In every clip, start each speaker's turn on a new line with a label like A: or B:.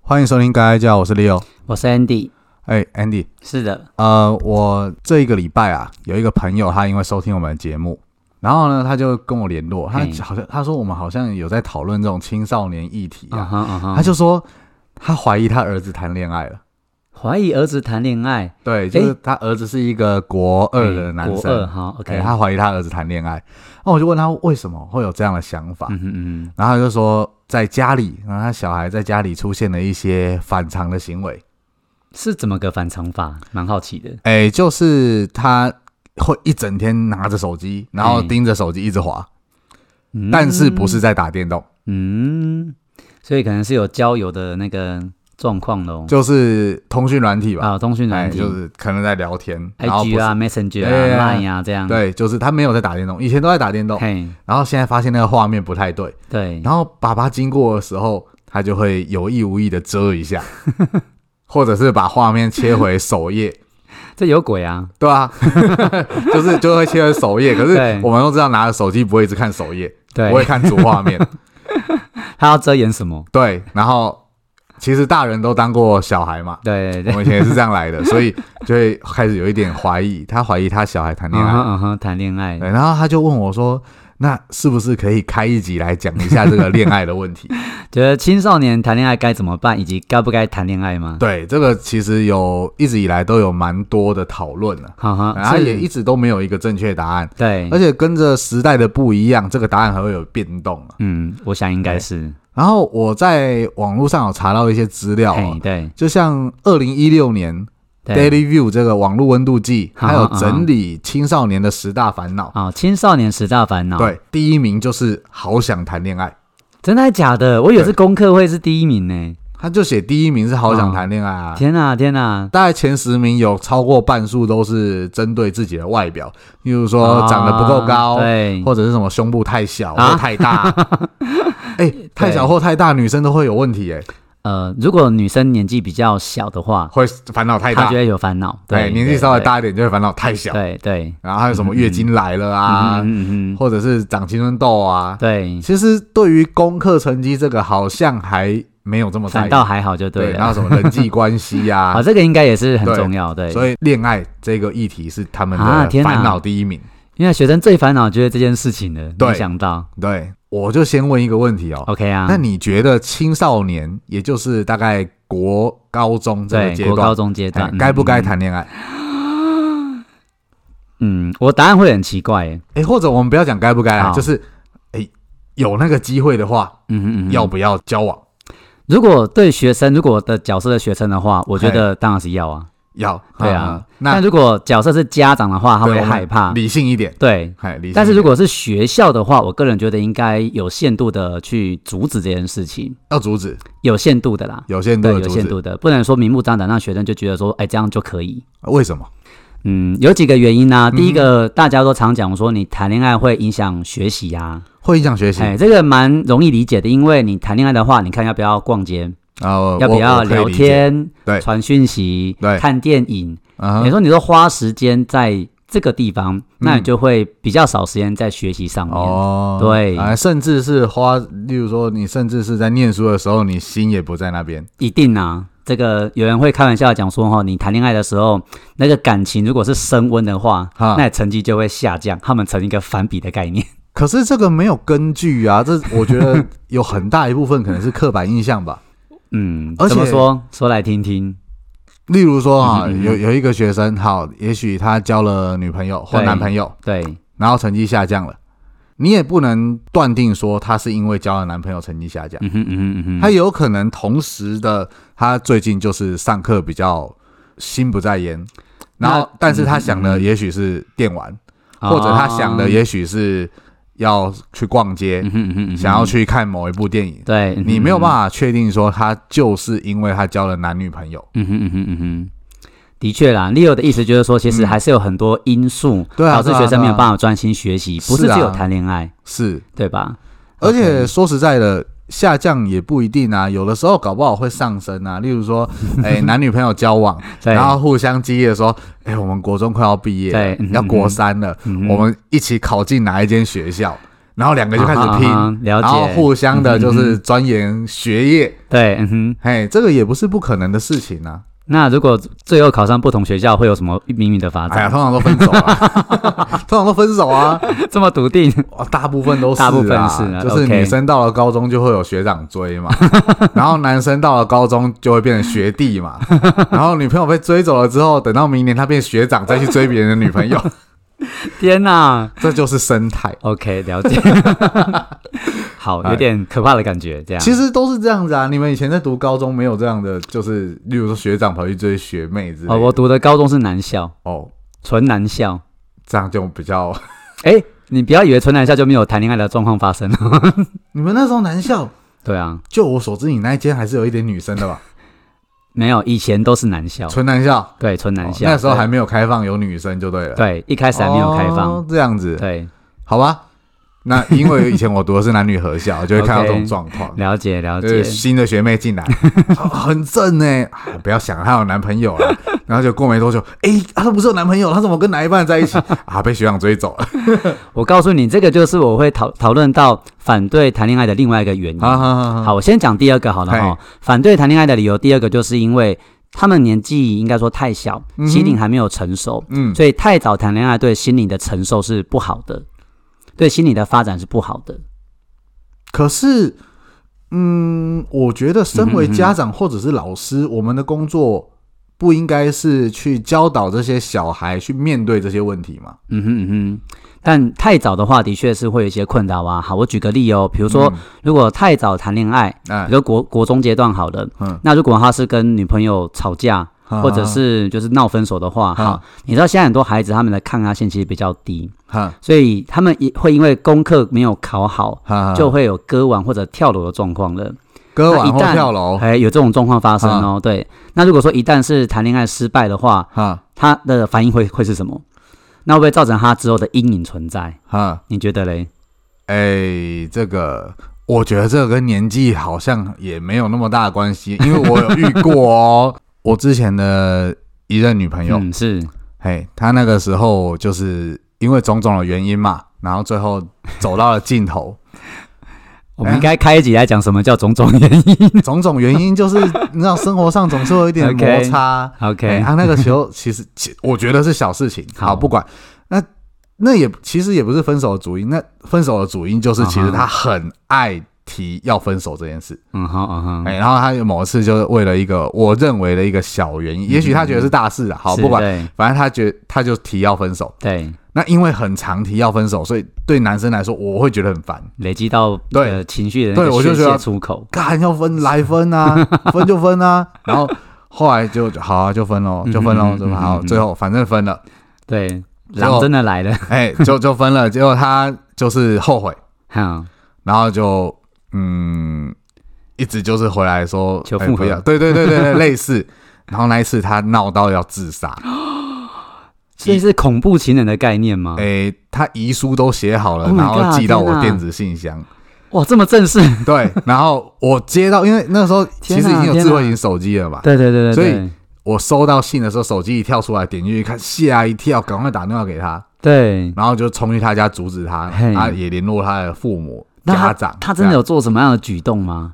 A: 欢迎收听《该该叫》，我是 Leo。
B: 我是 Andy。
A: 哎、a n d y
B: 是的，
A: 呃，我这一个礼拜啊，有一个朋友，他因为收听我们的节目，然后呢，他就跟我联络，他
B: 嘿
A: 好像他说我们好像有在讨论这种青少年议题
B: 啊
A: 啊，
B: 哈啊哈，
A: 他就说他怀疑他儿子谈恋爱了。
B: 怀疑儿子谈恋爱，
A: 对，就是他儿子是一个国二的男
B: 嗯国
A: 生
B: 二，哈
A: 哎、
B: ，OK，
A: 他怀疑他儿子谈恋爱。那我就问他为什么会有这样的想法，
B: 嗯哼嗯
A: 然后他就说在家里，然后他小孩在家里出现了一些反常的行为。
B: 哼，是怎么个反常法？蛮好奇的。
A: 哎、就是他会一整天拿着手机，然后
B: 嗯
A: 盯着手机一直滑，
B: 嗯
A: 但是不是在打电动，
B: 嗯，所以可能是有交友的那个状况喽。
A: 就是通讯软体吧，
B: 啊，通讯
A: 哎、
B: 软体
A: 就是可能在聊天，然后不
B: IG
A: 是、
B: 啊、Messenger
A: 对啊
B: 啊、Line 啊这样。
A: 对，就是他没有在打电动，以前都在打电动，
B: 嘿，嗯
A: 然后现在发现那个画面不太对，
B: 对，
A: 然后爸爸经过的时候，他就会有意无意的遮一 下，或者是把画面切回首页。
B: 这有鬼啊！
A: 对 啊，就是就会切回首页，可是
B: 对
A: 我们都知道拿着手机不会一直看首页，
B: 对
A: 不，会看主画面，
B: 他要遮掩什么？
A: 对，然后其实大人都当过小孩嘛，
B: 对对
A: 我
B: 对，
A: 们以前也是这样来的，所以就会开始有一点怀疑，他怀疑他小孩谈恋
B: 嗯
A: 爱
B: 哼、嗯哼，谈恋爱
A: 对，然后他就问我说：“那是不是可以开一集来讲一下这个恋爱的问 题
B: 觉得青少年谈恋爱该怎么办，以及该不该谈恋爱吗？”？
A: 对，这个其实有一直以来都有蛮多的讨论了，
B: 哈哈，
A: 然后
B: 嗯是嗯
A: 也一直都没有一个正确答案，
B: 对
A: 而，且跟着时代的不一样，这个答案还会有变动啊。
B: 嗯，我想应该
A: 对
B: 是，
A: 然后我在网络上有查到一些资料、
B: 嘿，
A: 哦，
B: 对
A: 就像二零一六年
B: 对。啊
A: Daily View 这个网络温度 计，
B: 哈哈
A: 还有整理青少年的十大烦恼。
B: 哦，青少年十大烦恼。，
A: 对，第一名就是好想谈恋爱，
B: 真的还假的？我以为
A: 对
B: 是功课会是第一名呢。
A: 他就写第一名是好想谈恋爱啊。
B: 天哪、天哪、
A: 大概前十名有超过半数都是针对自己的外表，例如说
B: 啊
A: 长得不够高，
B: 对，
A: 或者是什么胸部太小
B: 啊
A: 或太 大。哎、太小或太大，女生都会有问题、哎，
B: 呃，如果女生年纪比较小的话，
A: 会烦恼太
B: 她
A: 大
B: 就。会有烦恼。对，
A: 年纪
B: 对
A: 稍微，大一点就会烦恼太小。
B: 对对对
A: 然后还有什么月经来了啊，
B: 嗯嗯嗯嗯，
A: 或者是长青春痘啊，
B: 对，
A: 其实对于功课成绩这个好像还没有这么在
B: 反
A: 意，
B: 倒啊还好就
A: 对，
B: 了。
A: 然后什么人际关系呀、
B: 啊，这个应该也是很
A: 对
B: 重要，对，
A: 所以恋爱这个议题是他们
B: 啊
A: 的
B: 天哪
A: 烦恼第一名。
B: 因为学生最烦恼就是这件事情了，
A: 对
B: 没想到
A: 对，我就先问一个问题哦，
B: ，OK 啊，
A: 那你觉得青少年，也就是大概国高中这个
B: 对
A: 阶
B: 国高
A: 段，
B: 中阶
A: 哎
B: 段
A: 该不该？
B: 嗯
A: 谈恋爱？
B: 嗯，嗯我答案会很奇怪，哎
A: 哎，或者我们不要讲该不该啊，
B: 好
A: 就是哎，有那个机会的话，
B: 嗯嗯嗯，
A: 要不要交往？
B: 如果对学生，如果我的角色的学生的话，我觉得当然是要啊。
A: 要，
B: 对啊
A: 嗯嗯
B: 但
A: 那
B: 如果角色是家长的话，他
A: 对
B: 会
A: 我们
B: 害怕。
A: 理性一点，
B: 对，
A: 哎，理性一点。
B: 但是如果是学校的话，我个人觉得应该有限度的去阻止这件事情，
A: 要阻止，
B: 有限度的啦。
A: 有限度
B: 对，
A: 的
B: 有
A: 阻
B: 限
A: 止，
B: 度的，不能说明目张胆让学生就觉得说，哎，这样就可以。
A: 啊为什么？
B: 嗯，有几个原因呢、
A: 嗯哼
B: 第一个，大家都常讲说，你谈恋爱会影响学习呀、
A: 会影响学习
B: 哎，这个蛮容易理解的，因为你谈恋爱的话，你看要不要逛街，
A: 啊？我
B: 要不要聊？天，
A: 对
B: 传讯息，
A: 对啊
B: 看电影，
A: 我可
B: 你
A: 以理解
B: 说你都花时间在这个地方，那你就会比较少时间在学习上
A: 嗯哼嗯
B: 面。
A: 哦，
B: 对
A: 啊，甚至是花，例如说，你甚至是在念书的时候，你心也不在那边，
B: 一定啊，这个有人会开玩笑地讲说哈，你谈恋爱的时候，那个感情如果是升温的话，
A: 哈
B: 那成绩就会下降。他们成一个反比的概念。
A: 可是这个没有根据啊，这我觉 得有很大一部分可能是刻板印象吧。
B: 嗯，
A: 而且
B: 怎么说？说来听听。
A: 例如说啊，
B: 嗯嗯嗯
A: 有有一个学生，好，也许他交了女朋友或
B: 对
A: 男朋友，
B: 对，
A: 然后成绩下降了，你也不能断定说他是因为交了男朋友成绩下降，
B: 嗯哼嗯哼嗯哼，
A: 他有可能同时的，他最近就是上课比较心不在焉，
B: 那
A: 然后但是他想的
B: 嗯嗯嗯
A: 也许是电玩，或者他想的
B: 哦，
A: 也许是要去逛街，
B: 嗯哼嗯哼嗯哼
A: 想要去看某一部电影。
B: 对，嗯
A: 你没有办
B: 法。
A: 法确定说他就是因为他交了男女朋友，
B: 嗯哼嗯哼嗯哼。的确啦，Leo 的意思就是说，其实
A: 嗯
B: 还是有很多因素
A: 对啊
B: 导致
A: 对啊
B: 学生没有
A: 对啊
B: 办法专心学习，不
A: 是
B: 是
A: 啊
B: 只有谈恋爱，
A: 是，
B: 对吧？
A: 而
B: OK
A: 且说实在的，下降也不一定啊，有的时候搞不好会上升啊。例如 说，哎，男女朋友交往，
B: 对，
A: 然后互相激励说，哎，我们国中快要毕业了
B: 对嗯，
A: 要
B: 嗯
A: 国
B: 嗯
A: 三了，
B: 嗯哼
A: 我们一起考进哪一间学校？然后两个就开始拼，
B: 啊啊啊了
A: 然后
B: 解，嗯
A: 互相的就是钻研学业，
B: 对，嗯哼。
A: 嘿，这个也不是不可能的事情啊。
B: 那如果最后考上不同学校，会有什么命运的发
A: 哎呀，
B: 展？
A: 通常都分手啊，通常都分手啊，
B: 这么笃定？
A: 哇大部分都是啊，
B: 大部分是啊
A: 就是
B: OK
A: 女生到了高中就会有学长追 嘛，然后男生到了高中就会变成学弟嘛，然后女朋友被追走了之后，等到明年他变学长再去追别人的女朋 友，
B: 天哪、
A: 这就是生态。
B: OK，了解。 好，有点可怕的感觉，这样。
A: 哎其实都是这样子啊，你们以前在读高中没有这样的，就是例如说学长跑去追学妹之类的
B: 哦，我读的高中是男校，
A: 哦，
B: 纯男校。
A: 这样就比较。
B: 哎，你不要以为纯男校就没有谈恋爱的状况发生。
A: 你们那时候男校，
B: 对啊，
A: 就我所知，你那一间还是有一点女生的吧？
B: 没有，以前都是男校。
A: 纯男校，
B: 对，纯哦男
A: 哦
B: 校。
A: 那时候还没有开放有女生就对了，啊
B: 对，对一开始还没有开放。
A: 哦这样子。
B: 对，
A: 好吧，那因为以前我读的是男女合校，就会看到这种状况。
B: 了解了
A: 就是
B: 解。
A: 新的学妹进 来，哦很正呢、哎不要想她有男朋友了。然后就过没多久，哎、她都不是有男朋友，她怎么跟哪一半在一起啊？被学长追走了。
B: 我告诉你，这个就是我会讨讨论到反对谈恋爱的另外一个原因。
A: 好好好，
B: 嗯好，我先讲第二个好了哈、反对谈恋爱的理由，第二个就是因为他们年纪应该说太小，
A: 嗯哼
B: 心灵还没有成熟，
A: 嗯，
B: 所以太早谈恋爱对心理的承受是不好的，对心理的发展是不好的。
A: 可是，嗯，我觉得身为家长或者是老师，我们的工作不应该是去教导这些小孩去面对这些问题吗？
B: 嗯哼嗯哼，但太早的话，的确是会有一些困扰啊。好，我举个例哦，比如说，如果太早谈恋爱，
A: 嗯，
B: 比如说国国中阶段好了，
A: 嗯
B: 那如果他是跟女朋友吵架，
A: 哎
B: 或者，是就是闹分手的话，
A: 嗯
B: 哈、你知道现在很多孩子他们的抗压性其实比较低，
A: 哈
B: 所以他们也会因为功课没有考好，
A: 哈，
B: 就会有割腕或者跳楼的状况了。
A: 割
B: 那
A: 完
B: 一
A: 后
B: 旦
A: 跳楼，
B: 哎，有这种状况发生哦。对，那如果说一旦是谈恋爱失败的话，
A: 哈
B: 他的反应会会是什么？那会不会造成他之后的阴影存在？
A: 哈。
B: 你觉得嘞？
A: 哎、这个我觉得这个跟年纪好像也没有那么大的关系，因为我有遇过哦， 我之前的一任女朋友，
B: 嗯，是
A: 嘿，她那个时候就是因为种种的原因嘛，然后最后走到了尽 头，
B: 我们应该开一集来讲什么叫种种 原因。
A: 种种原因就是你知道生活上总是会有一点
B: OK
A: 摩擦。哎
B: OK，
A: 她那个时候其实 其我觉得是小事情，好
B: 好
A: 不管那。那也其实也不是分手的主因，那分手的主因就是其实她
B: 啊
A: 很爱提要分手这件事。
B: 嗯哼嗯哼，
A: 哎、然后他有某一次就是为了一个我认为的一个小原因，也许他觉得是大事啊，好
B: 嗯是
A: 不管，
B: 对
A: 反正他觉他就提要分手。
B: 对，
A: 那因为很常提要分手，所以对男生来说我会觉得很烦，
B: 累积到
A: 对
B: 呃情绪的
A: 对
B: 那
A: 我就
B: 个
A: 觉
B: 宣
A: 得
B: 泄出口。
A: 干要分来分 啊，分就分啊。然后后来就好啊，就分喽，就分喽，
B: 嗯哼
A: 就分
B: 嗯哼
A: 好，
B: 嗯哼
A: 最后反正分了，
B: 对，
A: 最后
B: 狼真的 来了，
A: 哎、就就分了。结果他就是后悔，嗯
B: 哈，
A: 然后就嗯，一直就是回来说
B: 求
A: 哎
B: 复
A: 不
B: 合
A: 要，对对对对对，类似。然后那一次他闹到要自杀。
B: 所以是恐怖情人的概念吗？
A: 诶、哎他遗书都写好了
B: 哦 Oh my
A: 然后
B: God，
A: 寄到我
B: 天哪
A: 电子信箱。
B: 哇，这么 正式，
A: 对，然后我接到，因为那时候其
B: 天
A: 实
B: 哪
A: 已经有
B: 天哪
A: 智慧型手机了嘛。
B: 对对对对，
A: 所以
B: 对
A: 我收到信的时候，手机一跳出来，点进去看，吓一跳，赶快打电话给他，
B: 对，
A: 然后就冲去他家阻止他，
B: 嘿
A: 他也联络他的父母、
B: 那
A: 家
B: 他
A: 长。
B: 他真的
A: 这样？
B: 有做什么样的举动吗？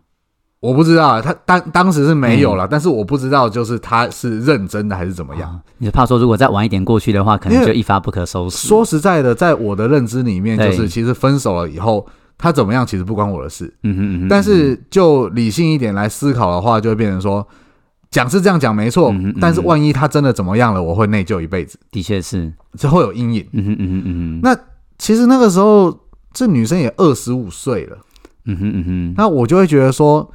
A: 我不知道，啊他当当时是没有了，但是我不知道就是他是认真的还是怎么样。
B: 啊你是怕说如果再晚一点过去的话，可
A: 因
B: 能
A: 为
B: 就一发不可收拾。
A: 说实在的，在我的认知里面，就
B: 对
A: 是其实分手了以后，他怎么样其实不关我的事。
B: 嗯哼嗯哼，
A: 但是就理性一点来思考的话，就会变成说，讲是这样讲没错，
B: 嗯哼嗯哼
A: 但是万一他真的怎么样了，我会内疚一辈子，
B: 的确是，
A: 这会有阴影。
B: 嗯哼嗯哼嗯哼，
A: 那其实那个时候，这女生也二十五岁了，
B: 嗯哼嗯哼，
A: 那我就会觉得说，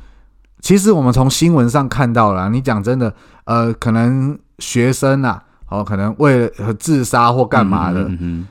A: 其实我们从新闻上看到了啊，你讲真的，呃，可能学生啊，哦，可能为了呃自杀或干嘛的，
B: 嗯哼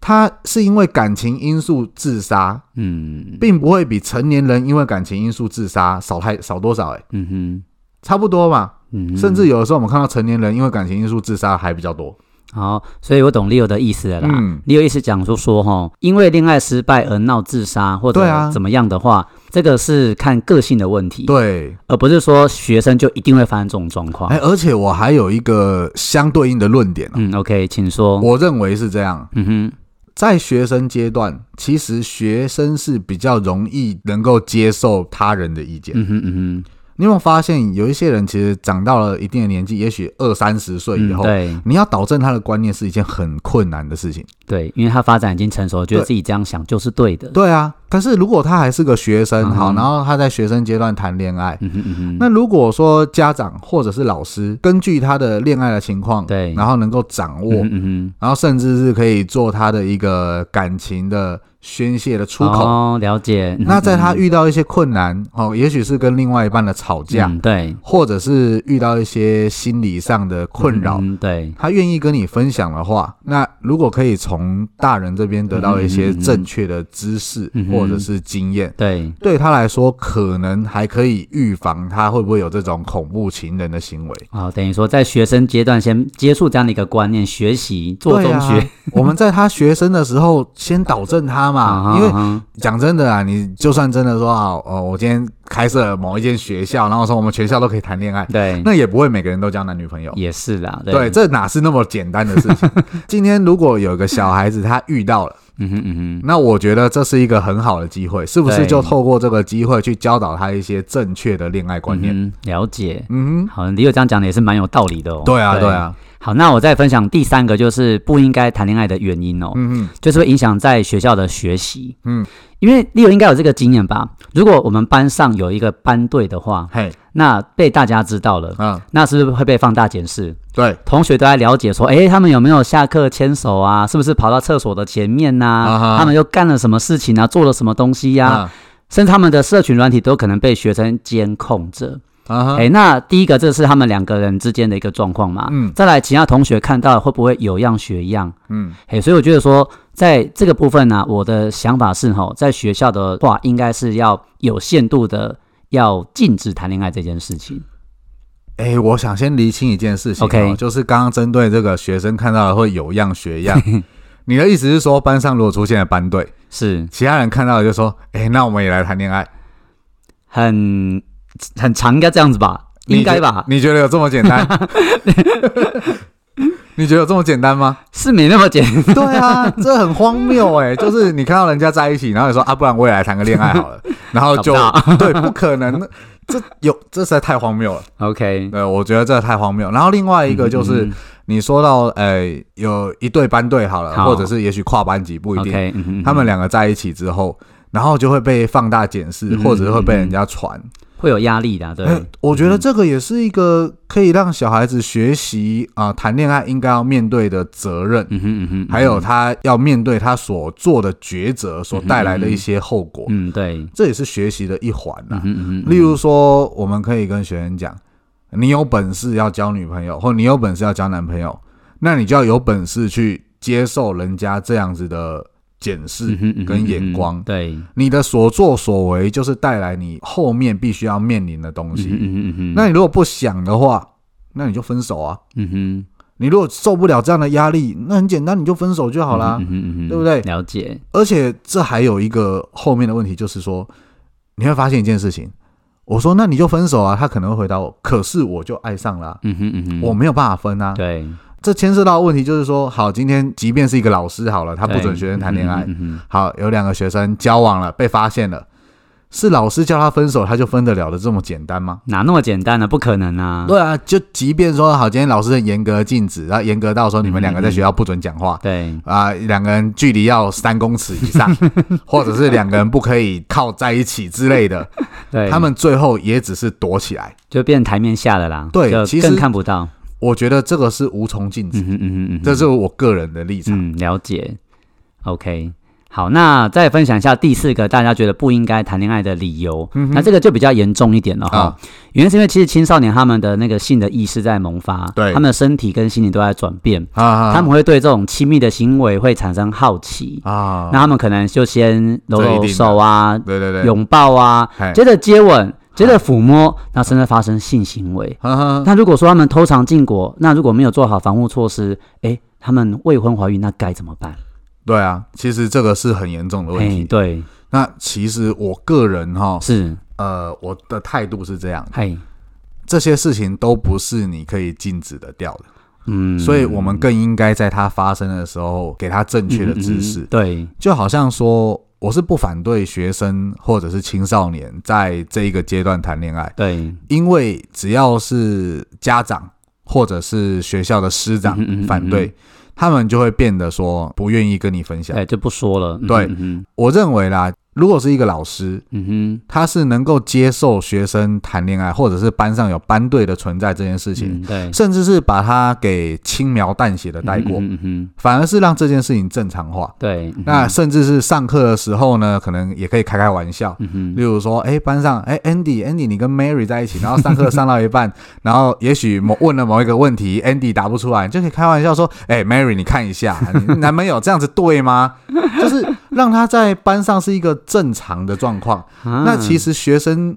A: 他是因为感情因素自杀，
B: 嗯哼
A: 并不会比成年人因为感情因素自杀少太少多少、欸，哎，
B: 嗯哼
A: 差不多嘛。
B: 嗯哼，
A: 甚至有的时候我们看到成年人因为感情因素自杀还比较多。
B: 好，所以我懂 Leo 的意思了啦。
A: 嗯
B: Leo 意思讲说说哈，因为恋爱失败而闹自杀或
A: 对啊
B: 者怎么样的话，这个是看个性的问题，
A: 对，
B: 而不是说学生就一定会发生这种状况。
A: 哎，而且我还有一个相对应的论点、哦
B: 嗯，OK，请说。
A: 我认为是这样。
B: 嗯哼，
A: 在学生阶段，其实学生是比较容易能够接受他人的意见。
B: 嗯哼嗯哼，
A: 你有没有发现，有一些人其实长到了一定的年纪，也许二三十岁以
B: 嗯
A: 后，
B: 对
A: 你要导正他的观念是一件很困难的事情。
B: 对，因为他发展已经成熟，觉得
A: 对
B: 自己这样想就是对的。
A: 对啊，但是如果他还是个学生，好，
B: 嗯嗯哼
A: 然后他在学生阶段谈恋爱，
B: 嗯哼嗯哼，
A: 那如果说家长或者是老师根据他的恋爱的情况，
B: 对
A: 然后能够掌握，
B: 嗯哼嗯
A: 然后甚至是可以做他的一个感情的宣泄的
B: 哼，
A: 出口。
B: 哦，了解。
A: 那在他
B: 嗯
A: 遇到一些困难，哦，也许是跟另外一半的吵架，
B: 嗯对
A: 或者是遇到一些心理上的困扰，
B: 嗯对，
A: 他愿意跟你分享的话，那如果可以从大人这边得到一
B: 嗯
A: 些正确的知识
B: 嗯嗯嗯
A: 或者是经验，
B: 对，
A: 对他来说可能还可以预防他会不会有这种恐怖情人的行为。
B: 哦，等于说在学生阶段先接触这样的一个观念，学习做
A: 对
B: 中学
A: 啊，我们在他学生的时候先导正他
B: 啊
A: 嘛，因为
B: 为
A: 讲真的啊，你就算真的说啊，哦，我今天开设某一间学校，然后说我们全校都可以谈恋爱，
B: 对，
A: 那也不会每个人都交男女朋友。
B: 也是啦，
A: 对，这哪是那么简单的事 情？今天如果有个小孩子他遇到了，
B: 嗯哼嗯哼。
A: 那我觉得这是一个很好的机会，是不是
B: 对
A: 就透过这个机会去教导他一些正确的恋爱观念？
B: 嗯哼了解。
A: 嗯哼，
B: 好，你有这样讲的也是蛮有道理的哦。
A: 对啊，对。啊，
B: 好，那我再分享第三个，就是不应该谈恋爱的原因哦，
A: 嗯哼，
B: 就是会影响在学校的学习。
A: 嗯，
B: 因为丽友应该有这个经验吧？如果我们班上有一个班队的话，
A: 嘿，
B: 那被大家知道了，
A: 嗯，
B: 那是不是会被放大检视？
A: 对，
B: 同学都在了解说，诶，他们有没有下课牵手啊？是不是跑到厕所的前面呐、
A: 啊哈
B: 他们又干了什么事情啊？做了什么东西呀、
A: 啊，
B: 甚至他们的社群软体都可能被学生监控着。
A: 啊哈
B: 哎、那第一个这是他们两个人之间的一个状况嘛。
A: 嗯
B: 再来其他同学看到会不会有样学样？
A: 嗯，
B: 哎、所以我觉得说，在这个部分呢、我的想法是吼，在学校的话，应该是要有限度的要禁止谈恋爱这件事情。
A: 哎、我想先厘清一件事情、哦
B: OK
A: 就是刚刚针对这个学生看到的会有样学 样。你的意思是说，班上如果出现了班队，
B: 是
A: 其他人看到了就说：“哎、那我们也来谈恋爱。
B: 很很长，应该这样子吧？
A: 你觉”
B: 应该吧？
A: 你觉得有这么简 单？你觉得有这么简单吗？
B: 是没那么简单。
A: 对啊，这很荒谬哎、就是你看到人家在一起，然后你说：“啊，不然我也来谈个恋爱好了。”然后就
B: 找
A: 对，不可能，这有这实在太荒谬了。
B: OK，
A: 对，我觉得这太荒谬。然后另外一个就是。
B: 嗯
A: 你说到呃，有一对班队好了，
B: 好
A: 或者是也许跨班级不一定
B: OK，嗯哼
A: 他们两个在一起之后，然后就会被放大检视，
B: 嗯哼
A: 或者会被人家传。
B: 会有压力的啊，对。
A: 哎我觉得这个也是一个可以让小孩子学习啊、谈恋爱应该要面对的责任，
B: 嗯哼嗯哼，
A: 还有他要面对他所做的抉择所带来的一些后果，
B: 嗯对，
A: 这也是学习的一环啊呐、
B: 嗯哼嗯哼，
A: 例如说，我们可以跟学生讲，你有本事要交女朋友，或你有本事要交男朋友，那你就要有本事去接受人家这样子的检视
B: 嗯哼嗯哼
A: 跟眼光。
B: 对，
A: 你的所作所为就是带来你后面必须要面临的东
B: 嗯哼
A: 西。
B: 嗯哼嗯哼，
A: 那你如果不想的话，那你就分手啊。
B: 嗯哼
A: 你如果受不了这样的压力，那很简单，你就分手就好啦。
B: 嗯哼嗯哼，
A: 对不对
B: 了解，
A: 而且这还有一个后面的问题，就是说你会发现一件事情。我说那你就分手啊，他可能会回答我，可是我就爱上了啊、
B: 嗯哼嗯哼，
A: 我没有办法分啊。
B: 对，
A: 这牵涉到的问题就是说，好，今天即便是一个老师好了，他不
B: 对
A: 准学生谈恋爱，
B: 嗯哼嗯
A: 好，有两个学生交往了，被发现了，是老师叫他分手，他就分得了的这么简单吗？
B: 哼哪那么简单呢？不可能啊，
A: 对啊，就即便说好，今天老师很严格地禁止，然后严格到说你们两个在
B: 嗯嗯
A: 学校不准讲话，
B: 对，
A: 啊、两个人距离要三公尺以 上，或者是两个人不可以靠在一起之类的，
B: 对，
A: 他们最后也只是躲起来。
B: 就变台面下的啦，
A: 对
B: 就
A: 其实
B: 更看不到，
A: 我觉得这个是无从禁止，
B: 嗯哼嗯哼嗯哼，
A: 这是我个人的立场。
B: 嗯，了解。OK，好，那再分享一下第四个大家觉得不应该谈恋爱的理由。那这个就比较严重一点了哈。
A: 嗯啊
B: 原因是因为其实青少年他们的那个性的意识在萌发，
A: 对
B: 他们的身体跟心理都在转变，
A: 啊，
B: 他们会对这种亲密的行为会产生好奇，
A: 啊，
B: 那他们可能就先揉
A: 这一定
B: 揉
A: 的
B: 手啊、
A: 对对对，啊
B: 拥抱啊，
A: 嗨
B: 接着接吻，接着抚摸，那甚至发生性行为。
A: 哈 哈，
B: 那如果说他们偷尝禁果，那如果没有做好防护措施，诶，他们未婚怀孕，那该怎么办？
A: 对啊，其实这个是很严重的问
B: 嘿，
A: 题。哦
B: 对，
A: 那其实我个人哈，
B: 是，
A: 呃，我的态度是这样的，
B: 嘿，
A: 这些事情都不是你可以禁止得掉的。
B: 嗯，
A: 所以我们更应该在它发生的时候给它正确的知识。
B: 嗯嗯嗯对，
A: 就好像说，我是不反对学生或者是青少年在这一个阶段谈恋爱，
B: 对，
A: 因为只要是家长或者是学校的师长
B: 嗯哼嗯哼
A: 反对，他们就会变得说不愿意跟你分享。
B: 哎，就不说了。嗯
A: 对
B: 嗯哼
A: 我认为啦，如果是一个老师，
B: 嗯哼，
A: 他是能够接受学生谈恋爱，或者是班上有班队的存在这件事情，
B: 嗯对，
A: 甚至是把他给轻描淡写的带过，
B: 嗯哼嗯哼，
A: 反而是让这件事情正常化。
B: 对，嗯哼
A: 那甚至是上课的时候呢，可能也可以开开玩笑，
B: 嗯哼
A: 例如说，哎、班上，哎、a n d y Andy，你跟 Mary 在一起，然后上课上到一半，然后也许某问了某一个问题，Andy 答不出来，你就可以开玩笑说，哎、m a r y 你看一 下，你男朋友这样子对吗？就是让他在班上是一个正常的状况。
B: 啊
A: 那其实学生，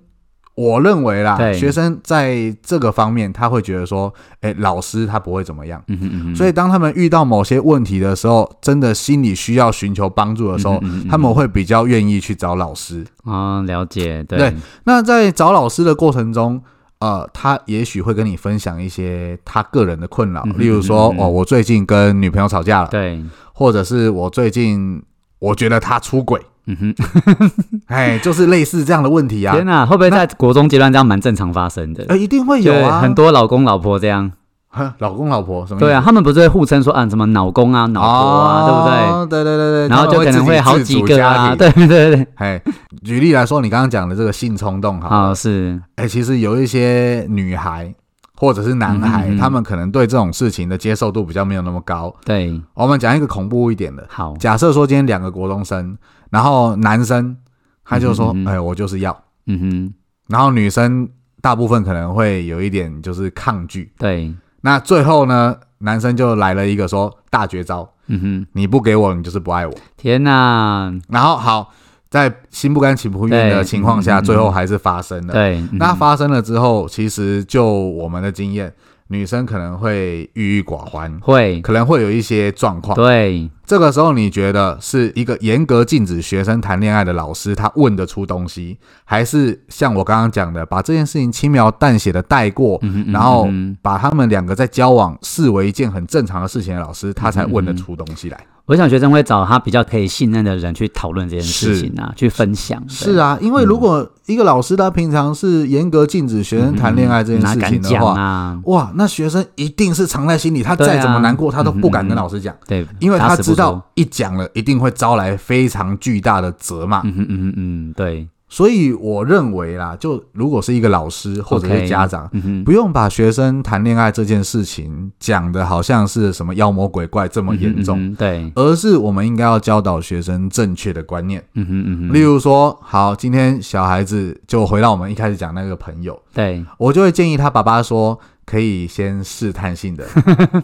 A: 我认为啦，
B: 对
A: 学生在这个方面他会觉得说，哎、老师他不会怎么样。
B: 嗯哼嗯哼，
A: 所以，当他们遇到某些问题的时候，真的心里需要寻求帮助的时候，
B: 嗯嗯嗯嗯
A: 他们会比较愿意去找老师。
B: 啊，了解，对，
A: 对那在找老师的过程中，呃，他也许会跟你分享一些他个人的困扰，
B: 嗯哼
A: 例如说
B: 嗯，哼
A: 哦，我最近跟女朋友吵架了，
B: 对，
A: 或者是我最近我觉得他出轨，
B: 嗯哼，
A: 哎，就是类似这样的问题啊，
B: 天哪，会不会在国中阶段这样蛮正常发生的？
A: 呃，一定会有
B: 对
A: 啊，
B: 很多老公老婆这样，
A: 呵 老公老婆什么意思
B: 对啊，他们不是会互称说啊什么脑公
A: 哦
B: 啊、脑婆啊，对不对？
A: 哦对对对对，
B: 然后就可能会好几个啊，
A: 对，
B: 对 对对对，
A: 哎，举例来说，你刚刚讲的这个性冲动哈，
B: 好哦是，
A: 哎，其实有一些女孩或者是男孩，
B: 嗯嗯嗯
A: 他们可能对这种事情的接受度比较没有那么高。哦
B: 对，
A: 我们讲一个恐怖一点的，
B: 好，
A: 假设说今天两个国中生，然后男生他就说：“
B: 嗯哼嗯哼
A: 哎，我就是要。
B: 嗯哼，”
A: 然后女生大部分可能会有一点就是抗拒。
B: 对，
A: 那最后呢，男生就来了一个说大绝招：
B: 嗯哼，
A: 你不给我，你就是不爱我。
B: 天哪，
A: 然后好，在心不甘情不愿的
B: 对
A: 情况
B: 嗯
A: 下，
B: 嗯嗯
A: 最后还是发生了。
B: 对，嗯
A: 那发生了之后，其实就我们的经验，女生可能会郁郁寡欢，
B: 会，
A: 可能会有一些状况。
B: 对，
A: 这个时候，你觉得是一个严格禁止学生谈恋爱的老师，他问得出东西，还是像我刚刚讲的，把这件事情轻描淡写的带过，
B: 嗯哼嗯哼
A: 然后
B: 嗯哼
A: 把他们两个在交往视为一件很正常的事情的老师，他才问得出东西来？
B: 我想学生会找他比较可以信任的人去讨论这件事情啊，去分享，对
A: 是啊，因为
B: 嗯
A: 如果一个老师他平常是严格禁止
B: 嗯
A: 学生谈恋爱这件
B: 哪
A: 事
B: 敢
A: 情的
B: 讲
A: 话，
B: 啊？
A: 哇，那学生一定是藏在心里，他
B: 对啊
A: 再怎么难过，他都不敢
B: 嗯嗯
A: 跟老师讲，
B: 对，
A: 因为
B: 打
A: 他
B: 死不
A: 知道
B: 说，
A: 一讲了一定会招来非常巨大的责骂。
B: 嗯哼嗯哼嗯，对，
A: 所以我认为啦，就如果是一个老师或者
B: OK
A: 是家长。
B: 嗯哼，
A: 啊不用把学生谈恋爱这件事情讲的好像是什么妖魔鬼怪这么严重，
B: 嗯哼，嗯哼对，
A: 而是我们应该要教导学生正确的观念。
B: 嗯哼嗯哼，
A: 例如说，好，今天小孩子就回到我们一开始讲那个朋友，
B: 对，
A: 我就会建议他爸爸说，可以先试探性 的，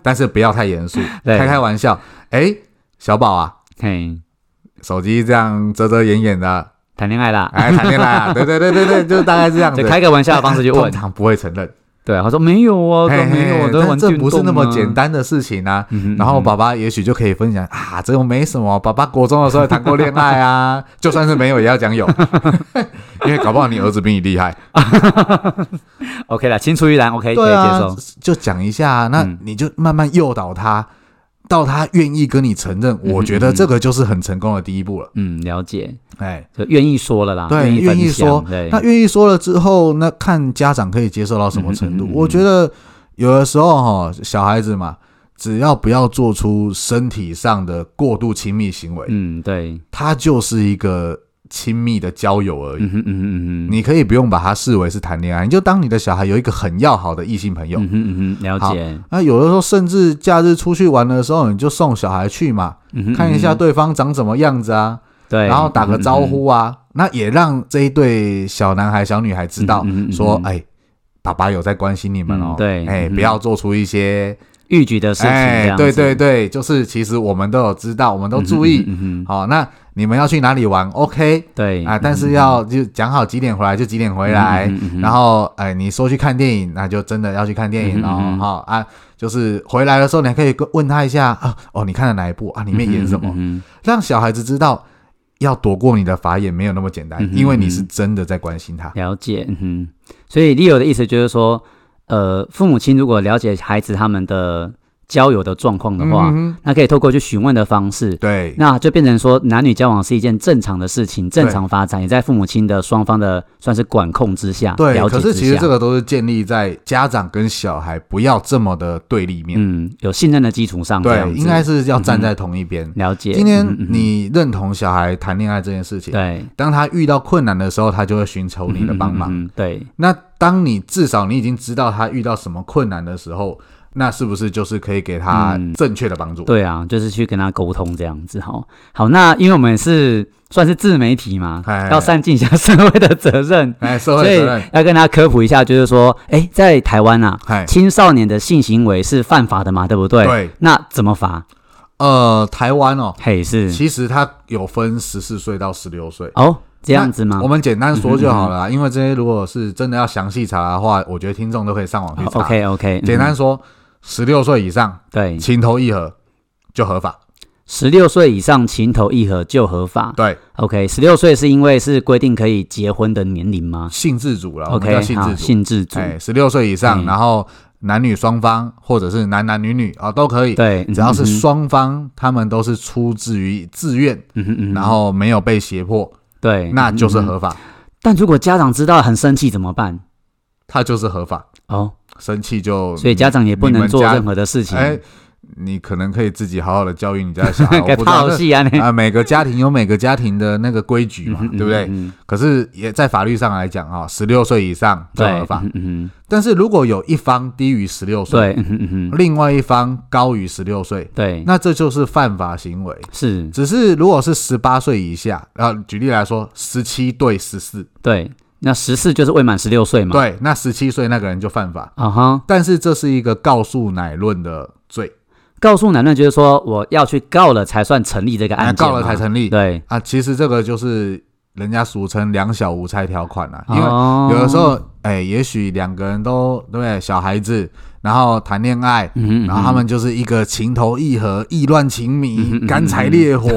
A: 但是不要太严肃，
B: 对
A: 开开玩笑。哎，小宝啊，
B: 嘿，
A: 手机这样遮遮掩掩的，
B: 谈恋爱啦，
A: 哎，谈恋爱 啊？对对对对对，就大概这样子
B: 就。开个玩笑的方式去
A: 通
B: 问，
A: 常不会承认，
B: 对，他说没有啊，
A: 嘿
B: 都没有，
A: 嘿
B: 我都在玩
A: 但这不是
B: 电
A: 那
B: 动
A: 么
B: 啊
A: 简。单的事情啊。
B: 嗯哼
A: 然后，爸爸也许就可以分享啊，这又没什么。爸爸国中的时候也谈过恋爱 啊，就算是没有也要讲有， 因为搞不好你儿子比你厉害。
B: 嗯哼 OK 啦，青出于蓝，OK 可以
A: 对
B: 接
A: 啊
B: 受。，
A: 就讲一下啊，那
B: 嗯
A: 你就慢慢诱导他，到他愿意跟你承认，
B: 嗯
A: 我觉得这个就是很成功的第一步了。
B: 嗯，了解，
A: 哎，
B: 就愿意说了啦，
A: 对，
B: 愿
A: 愿意
B: 分享
A: 说，
B: 对，
A: 那愿意说了之后，那看家长可以接受到什么程度
B: 嗯嗯嗯。嗯
A: 我觉得有的时候哈，小孩子嘛，只要不要做出身体上的过度亲密行为，
B: 嗯，对，
A: 他就是一个亲密的交友而已。
B: 嗯哼嗯哼嗯哼，
A: 你可以不用把它视为是谈恋爱，你就当你的小孩有一个很要好的异性朋友。
B: 嗯哼嗯哼，了
A: 好
B: 解，
A: 那有的时候甚至假日出去玩的时候，你就送小孩去嘛，
B: 嗯哼
A: 看一下
B: 嗯哼
A: 对方长什么样子啊，
B: 对，嗯
A: 然后打个招呼啊，那也让这一对小男孩、小女孩知道
B: 嗯哼嗯哼
A: 说
B: 嗯，哼
A: 哎、爸爸有在关心你们哦，
B: 嗯对
A: 哎、
B: 嗯哼
A: 不要做出一些，
B: 预举的事情，这
A: 哎、
B: 样
A: 对
B: 子嗯
A: 对，对，就是其实我们都有知道，我们都注意。
B: 嗯哼嗯哼，嗯哼
A: 好，那你们要去哪里玩？OK
B: 对
A: 啊，但是要就讲好几点回来就几点回来，
B: 嗯哼嗯哼
A: 然后哎，你说去看电影，那就真的要去看电影
B: 嗯
A: 喽。
B: 哼嗯哼
A: 哈、啊，就是回来的时候，你还可以跟问他一下啊，哦，你看了哪一部啊？里面演什么？
B: 嗯
A: 让小孩子知道要躲过你的法眼没有那么简单，
B: 嗯哼
A: 因为你是真的在关心他
B: 哼。了解，嗯哼，所以 Leo 的意思就是说，呃，父母亲如果了解孩子他们的交友的状况的话，
A: 嗯哼
B: 那可以透过去询问的方式，
A: 对，
B: 那就变成说男女交往是一件正常的事情，正常发展，也在父母亲的双方的算是管控之下，
A: 对，
B: 了解
A: 可是
B: 之
A: 其实
B: 下
A: 这个都是建立在家长跟小孩不要这么的对立面，
B: 嗯有信任的基础上，这样
A: 对，
B: 子
A: 应该是要站在同一边。
B: 了解。
A: 今天
B: 嗯嗯嗯
A: 你认同小孩谈恋爱这件事情，
B: 对
A: 当他遇到困难的时候，他就会寻求你的帮忙。
B: 嗯嗯嗯嗯对
A: 那当你至少你已经知道他遇到什么困难的时候，那是不是就是可以给他
B: 嗯
A: 正确的帮助？
B: 对啊，就是去跟他沟通这样子哈。好，那因为我们也是算是自媒体嘛
A: 哎，
B: 要善尽一下社会的责任，
A: 哎，社
B: 所
A: 会
B: 以
A: 责任，
B: 要跟大家科普一下，就是说，哎，在台湾啊，
A: 哎，
B: 青少年的性行为是犯法的嘛，对不对？
A: 对，
B: 那怎么罚？
A: 呃，台湾哦，
B: 嘿，是
A: 其实它有分十四岁到十六岁。
B: 哦，这样子吗嗯
A: 那我？们简单说就好了啊啦，因为这些如果是真的要详细查的话，我觉得听众都可以上网去查。
B: 哦 OK 嗯 OK，
A: 简单说，十六岁以上
B: 嗯对，
A: 情投意合就合法。
B: 十六岁以上情投意合就合法。
A: 对，
B: OK，十六岁是因为是规定可以结婚的年龄吗
A: 性自主啊了，我们
B: ？OK，
A: 叫性
B: 好，
A: 自主。
B: 性自主，
A: 哎，十六岁以上，
B: 嗯
A: 然后男女双方或者是男男女女啊都可以，
B: 对，
A: 只要是
B: 嗯哼
A: 双方他们都是出自于自愿，
B: 嗯哼嗯哼
A: 然后没有被胁迫，
B: 对，
A: 那就是
B: 嗯哼
A: 合法，
B: 但如果家长知道很生气怎么办？
A: 它就是合法。
B: 哦，
A: 生气就
B: 所以家长也不
A: 你
B: 能
A: 们
B: 做
A: 家
B: 任何的事情，
A: 哎，你可能可以自己好好的教育你家的 小孩，我
B: 该
A: 不知道
B: 泡
A: 这
B: 戏啊，那
A: 啊，每个家庭有每个家庭的那个规矩嘛，对不对？
B: 嗯
A: 可是也在法律上来讲啊，十六岁以上就
B: 对，
A: 合法。
B: 嗯嗯，
A: 但是如果有一方低于十六岁，
B: 对，嗯哼嗯哼，
A: 另外一方高于十六岁，
B: 对，
A: 那这就是犯法行为。
B: 是，
A: 只是如果是十八岁以下，啊，举例来说，十七对十四，
B: 对，那十四就是未满十六岁嘛，，
A: 对，那十七岁那个人就犯法。
B: 啊哈，
A: 但是这是一个告诉乃论的罪，
B: 告诉男人就是说我要去告了才算成立这个
A: 啊
B: 案件
A: 告
B: 嘛，
A: 了才成立。
B: 对，
A: 啊，其实这个就是人家俗称“两小无猜”条款啊，因为
B: 哦
A: 有的时，候，哎、也许两个人都对不对？小孩子，然后谈恋爱，
B: 嗯哼
A: 然后他们就是一个情投意合、意乱情迷
B: 嗯、哼
A: 干柴烈火，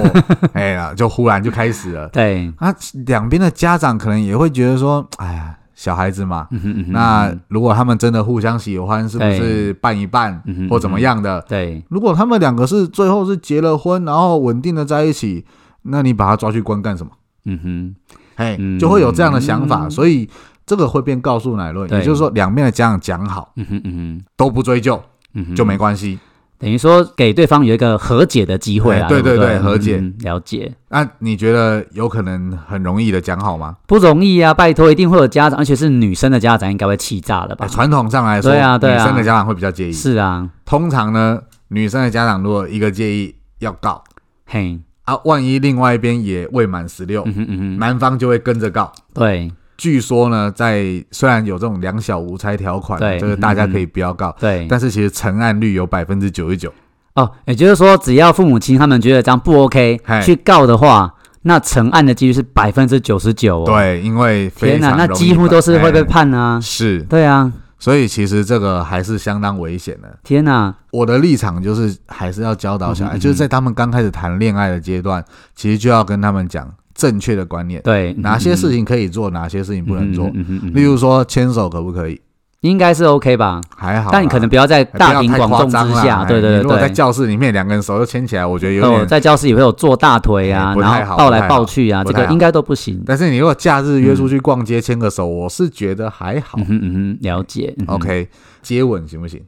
A: 哎呀，就忽然就开始了。
B: 对，
A: 啊，两边的家长可能也会觉得说，哎呀，小孩子嘛，
B: 嗯哼嗯哼
A: 那如果他们真的互相喜欢，是不
B: 对
A: 是办一办
B: 嗯哼
A: 或怎么样的？
B: 对，
A: 如果他们两个是最后是结了婚，然后稳定的在一起，那你把他抓去关干什么？
B: 嗯哼，
A: 嘿，
B: 嗯
A: 就会有这样的想法，所以这个会变告诉乃论，
B: 对
A: 也就是说，两边的家长讲好
B: 嗯哼嗯哼
A: 都不追究
B: 嗯哼，
A: 就没关系。
B: 等于说给对方有一个和解的机会啊，
A: 哎对
B: 对不
A: 对
B: 对，
A: 对和解
B: 嗯嗯了解。
A: 那、你觉得有可能很容易的讲好吗？
B: 不容易啊，拜托，一定会有家长，而且是女生的家长应该会气炸了吧
A: 哎？传统上来说，
B: 啊对啊对啊
A: 女生的家长会比较介意。
B: 是啊，
A: 通常呢，女生的家长如果一个介意要告
B: 嘿，
A: 啊，万一另外一边也未满十六、
B: 嗯哼嗯哼，
A: 男方就会跟着告。
B: 对
A: 据说呢，在虽然有这种两小无猜条款，
B: 对嗯
A: 这个大家可以不要告，
B: 对
A: 但是其实成案率有百分之九十九。
B: 哦，也就是说，只要父母亲他们觉得这样不 OK，
A: 嘿
B: 去告的话，那成案的几率是百分之九十九哦。
A: 对，因为非
B: 天
A: 常
B: 那
A: 容易
B: 几乎
A: 犯
B: 都是会被
A: 哎
B: 判啊。
A: 是，
B: 对啊，
A: 所以其实这个还是相当危险的。
B: 天哪，
A: 我的立场就是还是要教导小孩，
B: 嗯嗯嗯
A: 就是在他们刚开始谈恋爱的阶段，其实就要跟他们讲正确的观念，
B: 对，
A: 哪些事
B: 情
A: 情可以做，哪些事情不能做。
B: 嗯哼嗯哼嗯
A: 例
B: 哼
A: 如说牵手可不可以？
B: 应该是 OK 吧？
A: 还好啦，
B: 但你可能不要在
A: 哎不要
B: 大庭
A: 太
B: 广
A: 夸
B: 众
A: 张
B: 之
A: 啦
B: 下，
A: 哎
B: 对
A: 你
B: 对
A: 如果在
B: 对对。
A: 教室里面两个人手就牵起来，我觉得有
B: 哦，
A: 点。
B: 在教室也会有做大腿啊，
A: 哎不
B: 然
A: 太
B: 后
A: 好
B: 抱
A: 不
B: 来
A: 太
B: 抱
A: 好
B: 去啊，
A: 不
B: 这
A: 太
B: 个
A: 好
B: 应该都不行。
A: 但是你如果假日约出去逛街牵个手，我是觉得还好
B: 嗯。哼嗯哼，了解。嗯哼
A: OK，接吻行不行？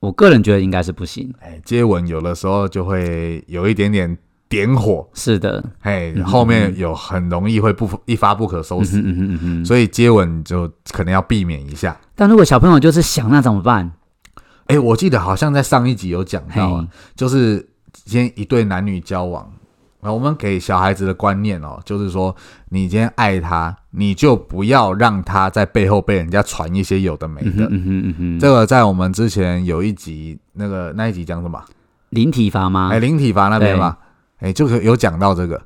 B: 我个人觉得应该是不行。
A: 哎，接吻有的时候就会有一点点点火，
B: 是的，
A: 嘿，
B: 嗯
A: 后面有很容易会不一发不可收
B: 嗯
A: 拾，
B: 哼嗯哼嗯哼。
A: 所以接吻就可能要避免一下。
B: 但如果小朋友就是想，那怎么办？
A: 哎，我记得好像在上一集有讲
B: 嘿
A: 到，啊，就是今天一对男女交往，然后我们给小孩子的观念哦，就是说你今天爱他，你就不要让他在背后被人家传一些有的没
B: 嗯哼
A: 的。
B: 嗯哼嗯哼，
A: 这个在我们之前有一集那个那一集讲什么？
B: 零体罚吗
A: 哎，？零体罚那边嘛，哎，就是有讲到这个，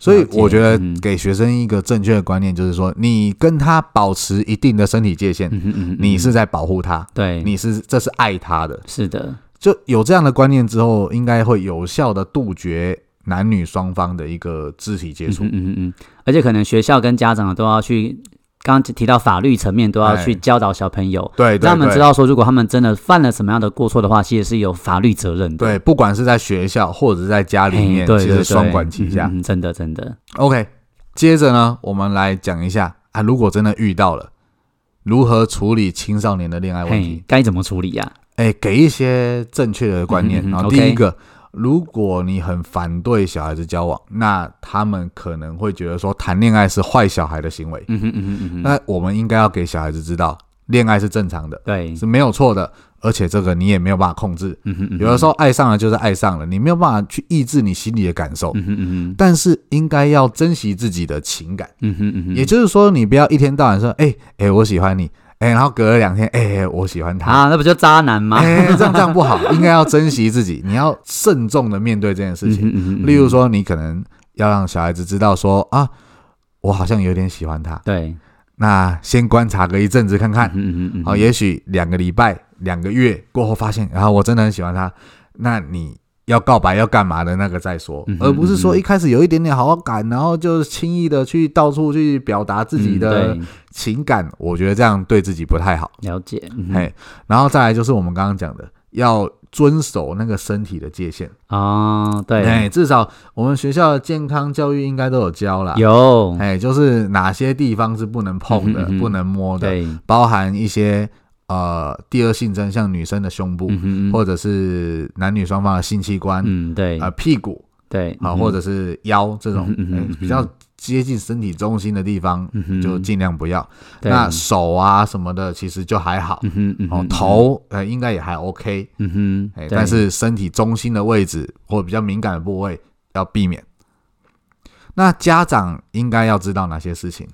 A: 所以
B: 了解
A: 我觉得
B: 嗯
A: 给学生一个正确的观念，就是说，你跟他保持一定的身体界限，
B: 嗯哼嗯哼，
A: 你是在保护他，
B: 对，
A: 你是这是爱他的，
B: 是的，
A: 就有这样的观念之后，应该会有效的杜绝男女双方的一个肢体接
B: 嗯
A: 触
B: 哼。嗯哼嗯，而且可能学校跟家长都要去。刚刚提到法律层面都要
A: 哎
B: 去教导小朋友，
A: 对对
B: 让他们
A: 对
B: 知道说，如果他们真的犯了什么样的过错的话，其实是有法律责任的。
A: 对，不管是在学校或者是在家里
B: 嘿
A: 面，
B: 哎对
A: 其
B: 对
A: 实
B: 对
A: 双管齐下。
B: 嗯嗯真的真的，
A: OK，接着呢，我们来讲一下啊，如果真的遇到了，如何处理青少年的恋爱问
B: 嘿
A: 题？，
B: 该怎么处理呀、
A: 哎，给一些正确的观念
B: 嗯。哼
A: 然后
B: 嗯
A: 第
B: OK
A: 一个，如果你很反对小孩子交往，那他们可能会觉得说谈恋爱是坏小孩的行为。
B: 嗯哼嗯哼嗯哼，
A: 那我们应该要给小孩子知道，恋爱是正常的，
B: 对，
A: 是没有错的，而且这个你也没有办法控制。
B: 嗯哼嗯哼，
A: 有的时候爱上了就是爱上了，你没有办法去抑制你心里的感受，
B: 嗯哼嗯哼
A: 但是应该要珍惜自己的情感。
B: 嗯哼嗯哼，
A: 也就是说，你不要一天到晚说，哎、哎、我喜欢你，哎、然后隔了两天，哎、哎我喜欢他，
B: 啊，那不就渣 男吗？
A: 哎、这样这样不好，应该要珍惜自己，你要慎重的面对这件事
B: 嗯
A: 情。
B: 哼嗯哼
A: 例如说，你可能要让小孩子知道说啊，我好像有点喜欢他，
B: 嗯对，
A: 那先观察个一阵子看看，
B: 嗯哼嗯哼，
A: 好、也许两个礼拜、两个月过后发现，然、啊后我真的很喜欢他，那你要告白要干嘛的那个再说，
B: 嗯哼
A: 而不是
B: 嗯
A: 说
B: 哼
A: 一开始有一点点好感，然后就轻易的去到处去表达自己
B: 嗯
A: 的
B: 对
A: 情感，我觉得这样对自己不太好。
B: 了解，嗯哼
A: 嘿，然后再来就是我们刚刚讲的，要遵守那个身体的界限。
B: 哦，对，
A: 哎，至少我们学校的健康教育应该都有教啦。
B: 有，
A: 哎，就是哪些地方是不能碰的、
B: 嗯哼嗯哼
A: 不能摸的，
B: 对，
A: 包含一些呃第二性征，像女生的胸部，
B: 嗯哼嗯
A: 或者是男女双方的性器官，
B: 嗯，对
A: 呃屁股
B: 对，
A: 啊、
B: 嗯哼
A: 或者是腰这种、
B: 嗯哼嗯哼
A: 呃
B: 嗯哼
A: 比较接近身体中心的地方，
B: 嗯哼
A: 就尽量不要。
B: 对
A: 那手啊什么的，其实就还好。
B: 嗯哼嗯
A: 哦，
B: 哼，
A: 头呃应该也还 OK，
B: 嗯
A: 哎
B: 哼，，
A: 但是身体中心的位置或比较敏感的部位要避免。那家长应该要知道哪些事情？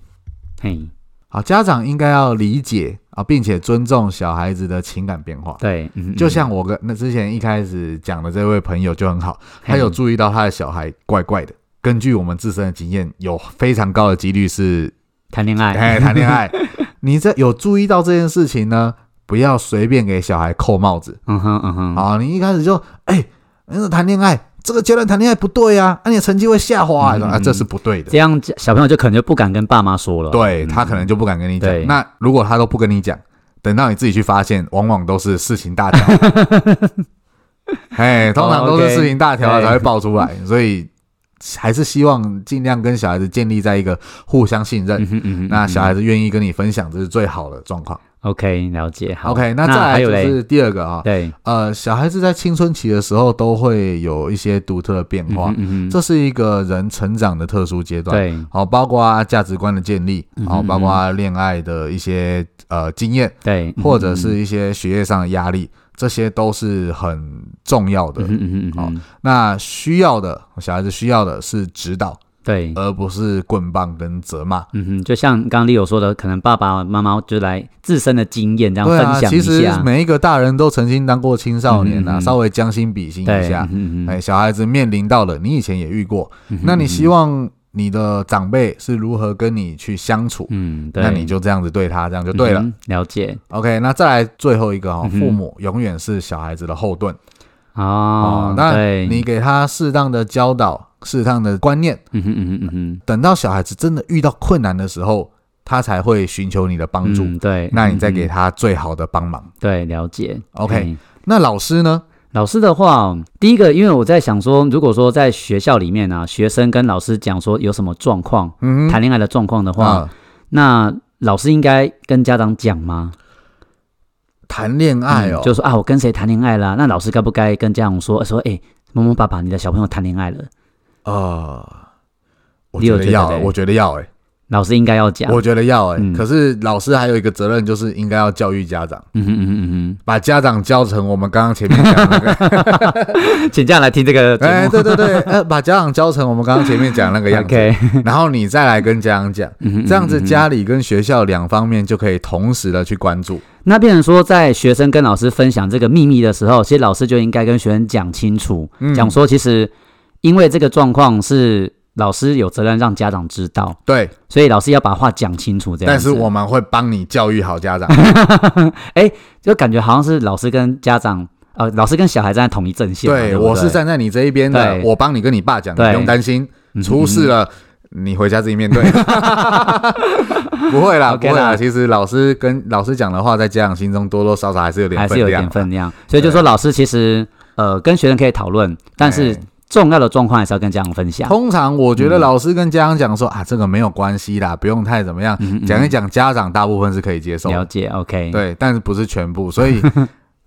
B: 嘿，
A: 好，家长应该要理解啊，并且尊重小孩子的情感变化。
B: 对，嗯哼
A: 就像我跟那之前一开始讲的这位朋友就很好，他
B: 嘿
A: 有注意到他的小孩怪怪的。根据我们自身的经验，有非常高的几率是
B: 谈恋爱，
A: 哎谈恋爱。 你这有注意到这件事情呢，不要随便给小孩扣帽子。
B: 嗯哼嗯哼，
A: 啊，你一开始就哎，那、个谈恋爱这个阶段谈恋爱不对啊，那、你的成绩会下滑啊、
B: 嗯嗯
A: 啊，这是不对的。
B: 这样小朋友就可能就不敢跟爸妈说了，
A: 对
B: 嗯
A: 他可能就不敢跟你
B: 对
A: 讲。那如果他都不跟你讲，等到你自己去发现，往往都是事情大 条。哎，通常都
B: 哦
A: 是
B: ，OK，
A: 事情大条了
B: 对
A: 才会爆出来，所以还是希望尽量跟小孩子建立在一个互相信任
B: 嗯。哼嗯哼，
A: 那小孩子愿意跟你分享，这是最好的状况。
B: OK 了解，好
A: OK，那再
B: 那
A: 来
B: 还有
A: 就
B: 嘞
A: 是第二个啊，
B: 对，
A: 呃，小孩子在青春期的时候都会有一些独特的变
B: 嗯
A: 化
B: 哼，嗯哼，
A: 这是一个人成长的特殊阶段。
B: 对，
A: 好，包括价值观的建立，
B: 嗯哼
A: 好，包括恋爱的一些呃经验，
B: 对，嗯
A: 或者是一些学业上的压力，这些都是很重要的
B: 嗯。哼嗯哼嗯哼
A: 哦
B: 嗯哼，
A: 那需要的小孩子需要的是指导，
B: 对，
A: 而不是棍棒跟责骂。
B: 嗯哼，就像刚刚 Leo 说的，可能爸爸妈妈就来自身的经验这样
A: 对
B: 分
A: 啊，
B: 享
A: 其
B: 一
A: 实
B: 下，
A: 每一个大人都曾经当过青少年
B: 嗯嗯
A: 啊，
B: 嗯
A: 稍微将心比心
B: 对，
A: 一下
B: 嗯。哼嗯哼
A: 哎，小孩子面临到了，你以前也遇过，
B: 嗯哼
A: 那你希望你的长辈是如何跟你去相处？
B: 嗯，对，
A: 那你就这样子对他，这样就对了。
B: 嗯哼，了解
A: OK，那再来最后一个哦
B: 嗯，哼
A: 父母永远是小孩子的后盾
B: 哦，
A: 那
B: 对，
A: 你给他适当的教导、适当的观念，
B: 嗯哼嗯哼嗯哼，
A: 等到小孩子真的遇到困难的时候，他才会寻求你的帮助。
B: 嗯对，
A: 那你再
B: 嗯
A: 给
B: 嗯
A: 他最好的帮忙。
B: 对了解
A: OK
B: 嗯
A: 那老师呢？
B: 老师的话，第一个，因为我在想说，如果说在学校里面啊，学生跟老师讲说有什么状况，
A: 嗯
B: 谈
A: 哼，
B: 恋爱的状况的话，
A: 啊，
B: 那老师应该跟家长讲吗？
A: 谈恋爱哦
B: 嗯，就说啊，我跟谁谈恋爱啦？那老师该不该跟家长说说，哎、某某爸爸，你的小朋友谈恋爱了？
A: 呃，我
B: 你
A: 觉
B: 有
A: 得
B: 觉得
A: 要，
B: 嘞
A: 我觉得要，哎，
B: 老师应该要讲。
A: 我觉得要哎、
B: 嗯
A: 可是老师还有一个责任，就是应该要教育家长，
B: 嗯哼嗯哼嗯
A: 把家长教成我们刚刚前面讲的 那个，
B: 哼，请家长来听这个节目。
A: 哎、对对对，呃，把家长教成我们刚刚前面讲的哎那个样子
B: OK，
A: 然后你再来跟家长讲，
B: 嗯哼
A: 这样子
B: 嗯哼
A: 家里跟学校两方面就可以同时的去关注。
B: 那变成说，在学生跟老师分享这个秘密的时候，其实老师就应该跟学生讲清楚，
A: 嗯
B: 讲说其实因为这个状况是老师有责任让家长知道，
A: 对，
B: 所以老师要把话讲清楚。这样
A: 但
B: 子，
A: 是我们会帮你教育好家长。
B: 就感觉好像是老师跟家长，呃，老师跟小孩站在同一阵线嘛。对不对，
A: 我是站在你这一边的，
B: 对
A: 我帮你跟你爸讲，你
B: 对
A: 不用担心，
B: 嗯
A: 出事了。你回家自己面对。 不会啦
B: OK
A: 不会啦。
B: 啦
A: 其实老师跟老师讲的话，在家长心中多多少少还是有点
B: 嗯还是
A: 分
B: 有
A: 量
B: 点
A: 啦。
B: 分量。所以就说老师其实呃跟学生可以讨论，但是
A: 哎
B: 重要的状况还是要跟家长分享。
A: 通常我
B: 嗯
A: 觉得老师跟家长讲说、啊，这个没有关系啦，不用太怎么样，讲一讲，家长大部分是可以接受的。
B: 嗯了解，OK，
A: 对，但是不是全部， 所以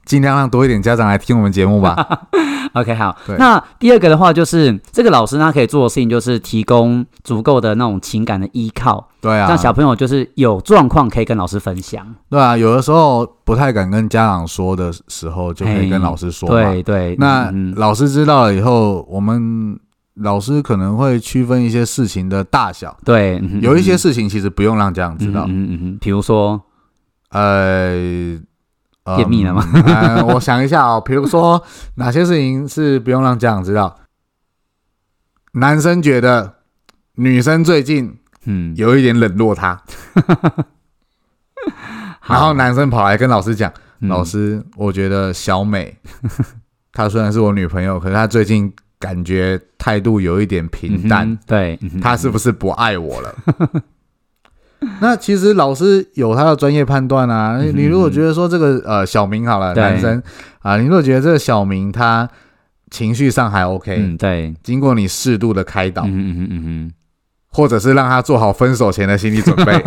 A: 尽量让多一点家长来听我们节目吧。
B: ，OK，好
A: 对。
B: 那第二个的话就是，这个老师呢他可以做的事情就是提供足够的那种情感的依靠，
A: 对啊
B: 让，小朋友就是有状况可以跟老师分享。
A: 对啊，有的时候不太敢跟家长说的时候，就可以跟
B: 嘿
A: 老师说嘛。
B: 对对，
A: 那
B: 嗯嗯
A: 老师知道了以后，我们老师可能会区分一些事情的大小，
B: 对，嗯
A: 有一些
B: 嗯
A: 事情其实不用让家长知道
B: 嗯。嗯嗯嗯，比如说
A: 呃，呃
B: 便秘了吗？
A: 呃我想一下哦，比如说哪些事情是不用让家长知道？男生觉得女生最近
B: 嗯，
A: 有一点冷落他，然后男生跑来跟老师讲：“
B: 嗯
A: 老师，我觉得小 美，她虽然是我女朋友，可是她最近感觉态度有一点平淡，
B: 嗯哼对，嗯哼
A: 她是不是不爱我 了？”那其实老师有他的专业判断啊。
B: 嗯
A: 你如果觉得说这个呃小明好了，
B: 对
A: 男生啊、你如果觉得这个小明他情绪上还 OK，、
B: 嗯对，
A: 经过你适度的开导，
B: 嗯嗯嗯嗯嗯，
A: 或者是让他做好分手前的心理准 备，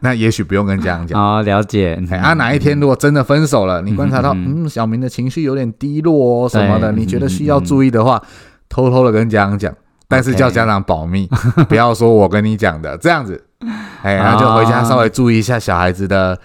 A: 那也许不用跟家长讲。
B: 哦，了解，嗯
A: 哎，啊，哪一天如果真的分手了，你观察到，
B: 嗯嗯
A: 嗯，小明的情绪有点低落哦，什么的，
B: 对嗯
A: 你觉得需要注意的话，偷偷的跟家长讲，但是叫家长保密， 不要说我跟你讲的这样子。哎，然后就回家
B: 啊
A: 稍微注意一下小孩子的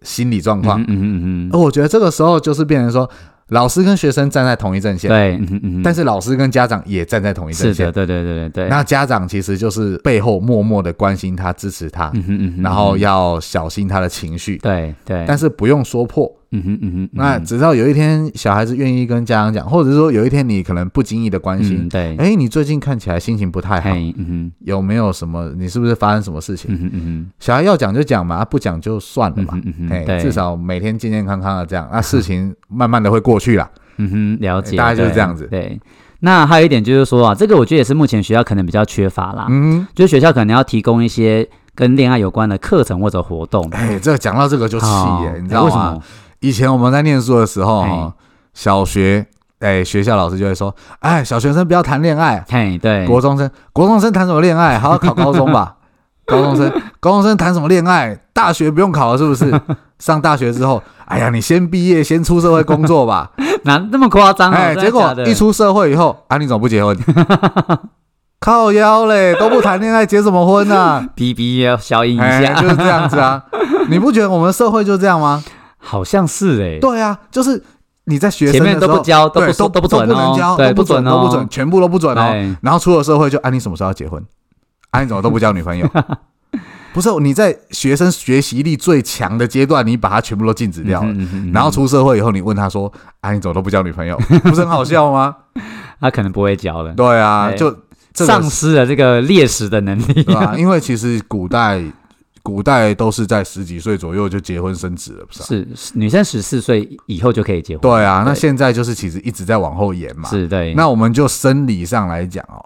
A: 心理状况
B: 嗯。嗯嗯
A: 而
B: 嗯，
A: 我觉得这个时候就是变成说，老师跟学生站在同一阵线，
B: 对，嗯嗯嗯，
A: 但是老师跟家长也站在同一阵
B: 是
A: 线
B: 的，。对对对对对，
A: 那家长其实就是背后默默的关心他、支持他，
B: 嗯哼嗯哼，
A: 然后要小心他的情绪，
B: 对对，
A: 但是不用说破。
B: 嗯哼嗯哼，
A: 那
B: 嗯
A: 直到有一天小孩子愿意跟家长讲，或者是说有一天你可能不经意的关
B: 嗯
A: 心，
B: 对，
A: 哎、你最近看起来心情不太好，
B: 嘿，嗯哼
A: 有没有什么？你是不是发生什么事情？
B: 嗯哼嗯
A: 小孩要讲就讲嘛，啊不讲就算了
B: 哼，嗯
A: 嘛
B: 哼。嗯
A: 哎
B: 哼，对，
A: 至少每天健健康康的这样，那、事情慢慢的会过 去啦。
B: 嗯哼，了解，
A: 大概就是
B: 对
A: 这样子
B: 对。那还有一点就是说啊，这个我觉得也是目前学校可能比较缺乏啦，
A: 嗯，
B: 就是学校可能要提供一些跟恋爱有关的课程或者活动。
A: 哎、这讲到这个就气耶、
B: 哦
A: 你知道
B: 哎为什
A: 吗
B: 么？？
A: 以前我们在念书的时候，
B: 嘿
A: 哦小学，哎、学校老师就会说，哎，小学生不要谈恋爱，
B: 嘿，对，
A: 国中生，国中生谈什么恋爱？好好考高中 吧。高中生，高中生谈什么恋爱？大学不用考了，是不 是？上大学之后，哎呀，你先毕业，先出社会工作吧。
B: 哪那么夸张啊？
A: 哎，
B: 真的
A: 结
B: 假
A: 果
B: 的
A: 一出社会以后，啊，你怎么不结 婚？靠腰嘞，都不谈恋爱，结什么婚 啊？
B: 哔哔要消音一
A: 哎，
B: 下，
A: 就是这样子啊。你不觉得我们社会就这样吗？
B: 好像是哎，
A: 对啊，就是你在学生
B: 前
A: 的
B: 面
A: 时
B: 都
A: 候
B: 不教，都
A: 对
B: 不
A: 都
B: 说都不
A: 都
B: 准
A: 不能
B: 哦
A: 教，，
B: 对，
A: 都不准，
B: 准
A: 都
B: 哦，
A: 不准，全部都不准哦。
B: 对，
A: 然后出了社会就，啊，你什么时候要结婚？啊，你怎么都不交女朋友？ 不是你在学生学习力最强的阶段，你把它全部都禁止掉了。
B: 嗯哼嗯哼
A: 然后出社会以后，你问他说：“啊，你怎么都不交女朋友？” 不是很好笑吗？
B: 他可能不会教了，
A: 对啊，
B: 对
A: 就这个
B: 丧失了这个猎食的能力。
A: 对啊，因为其实古代古代都是在十几岁左右就结婚生子了，不是啊、
B: 是是女生十四岁以后就可以结婚，
A: 对啊，那
B: 对
A: 现在就是其实一直在往后延嘛。
B: 是对。
A: 那我们就生理上来讲哦，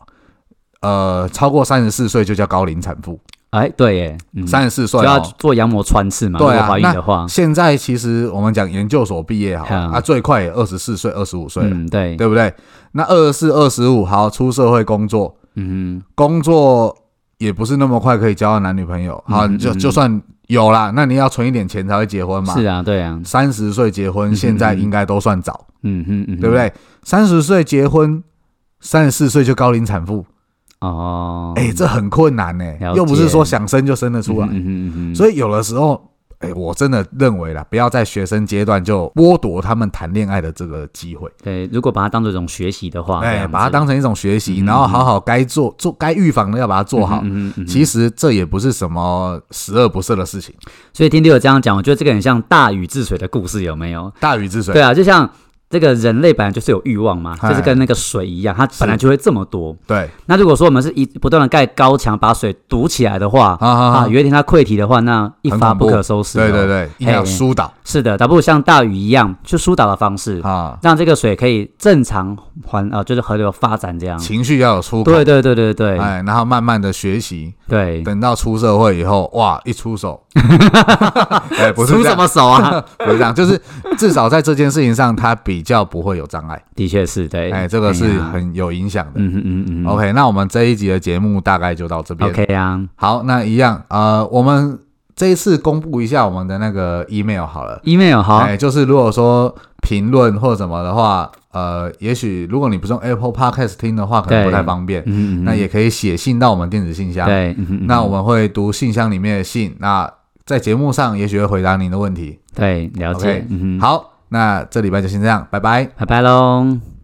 A: 呃，超过三十四岁就叫高龄产妇，
B: 哎，对耶，嗯
A: 三十四岁
B: 就要
A: 哦。
B: 做羊膜穿刺嘛，
A: 对啊
B: 如果怀孕的话，
A: 现在其实我们讲研究所毕业好了
B: 嗯
A: 啊，最快也二十四岁、二十五岁了，
B: 嗯，对，
A: 对不对？那二十四、二十五，好，出社会工作，
B: 嗯
A: 工作也不是那么快可以交到男女朋友，好，
B: 嗯嗯
A: 就
B: 嗯
A: 就算有啦，那你要存一点钱才会结婚
B: 哼，
A: 嘛。
B: 是啊，对啊，
A: 三十岁结婚，现在应该都算早，
B: 嗯哼 嗯哼，
A: 对不？对？三十岁结婚，三十四岁就高龄产妇，
B: 哦，
A: 哎，这很困难呢、
B: 了解
A: 又不是说想生就生得出来。
B: 嗯哼嗯哼，
A: 所
B: 以
A: 以有的时候，哎、我真的认为啦，不要在学生阶段就剥夺他们谈恋爱的这个机会，
B: 对，如果把它当做一种学习的话，啊这
A: 哎、
B: 样子嗯
A: 把它当成一种学习，然后好好该做做该预防的要把它做好。
B: 嗯哼嗯哼
A: 其实这也不是什么十恶不赦的事情，
B: 所以听 Leo 这样讲，我觉得这个很像大禹治水的故事，有没有？
A: 大禹治水。
B: 对啊，就像这个人类本来就是有欲望嘛，
A: 哎
B: 就是跟那个水一样，它本来就会这么多。
A: 对
B: 那如果说我们是一不断的盖高墙把水堵起来的话，
A: 啊啊
B: 啊，
A: 啊，
B: 有一天它溃堤的话，那一
A: 很
B: 发
A: 恐怖
B: 不可收拾、哦
A: 对对，对，一定要
B: 嘿
A: 疏导
B: 是的，倒不如像大禹一样去疏导的方式，
A: 啊，
B: 让这个水可以正常环啊、呃就是河流发展这样。
A: 情绪要有出口，
B: 啊对对对对对
A: 哎，然后慢慢的学习，
B: 对，
A: 等到出社会以后，哇，一出 手，哎，不是
B: 出
A: 这
B: 什
A: 样，
B: 么 手啊？
A: 不是这样，就是至少在这件事情上，他比较不会有障碍，
B: 的确是对，
A: 哎，这个是
B: 呀
A: 很有影响的。
B: 嗯嗯嗯嗯
A: OK，那我们这一集的节目大概就到这边。
B: OK 啊
A: 好，那一样，呃，我们这一次公布一下我们的那个 email 好了。
B: ，email 好，
A: 哎，就是如果说评论或什么的话，呃，也许如果你不是用 Apple Podcast 听的话，可能不
B: 对
A: 太方便。
B: 嗯嗯，嗯
A: 那也可以写信到我们电子信箱。
B: 对，嗯嗯嗯
A: 那我们会读信箱里面的信，那在节目上也许会回答您的问题。
B: 对了解
A: OK，，
B: 嗯，，
A: 好，那这礼拜就先这样，拜拜。
B: 拜拜喽。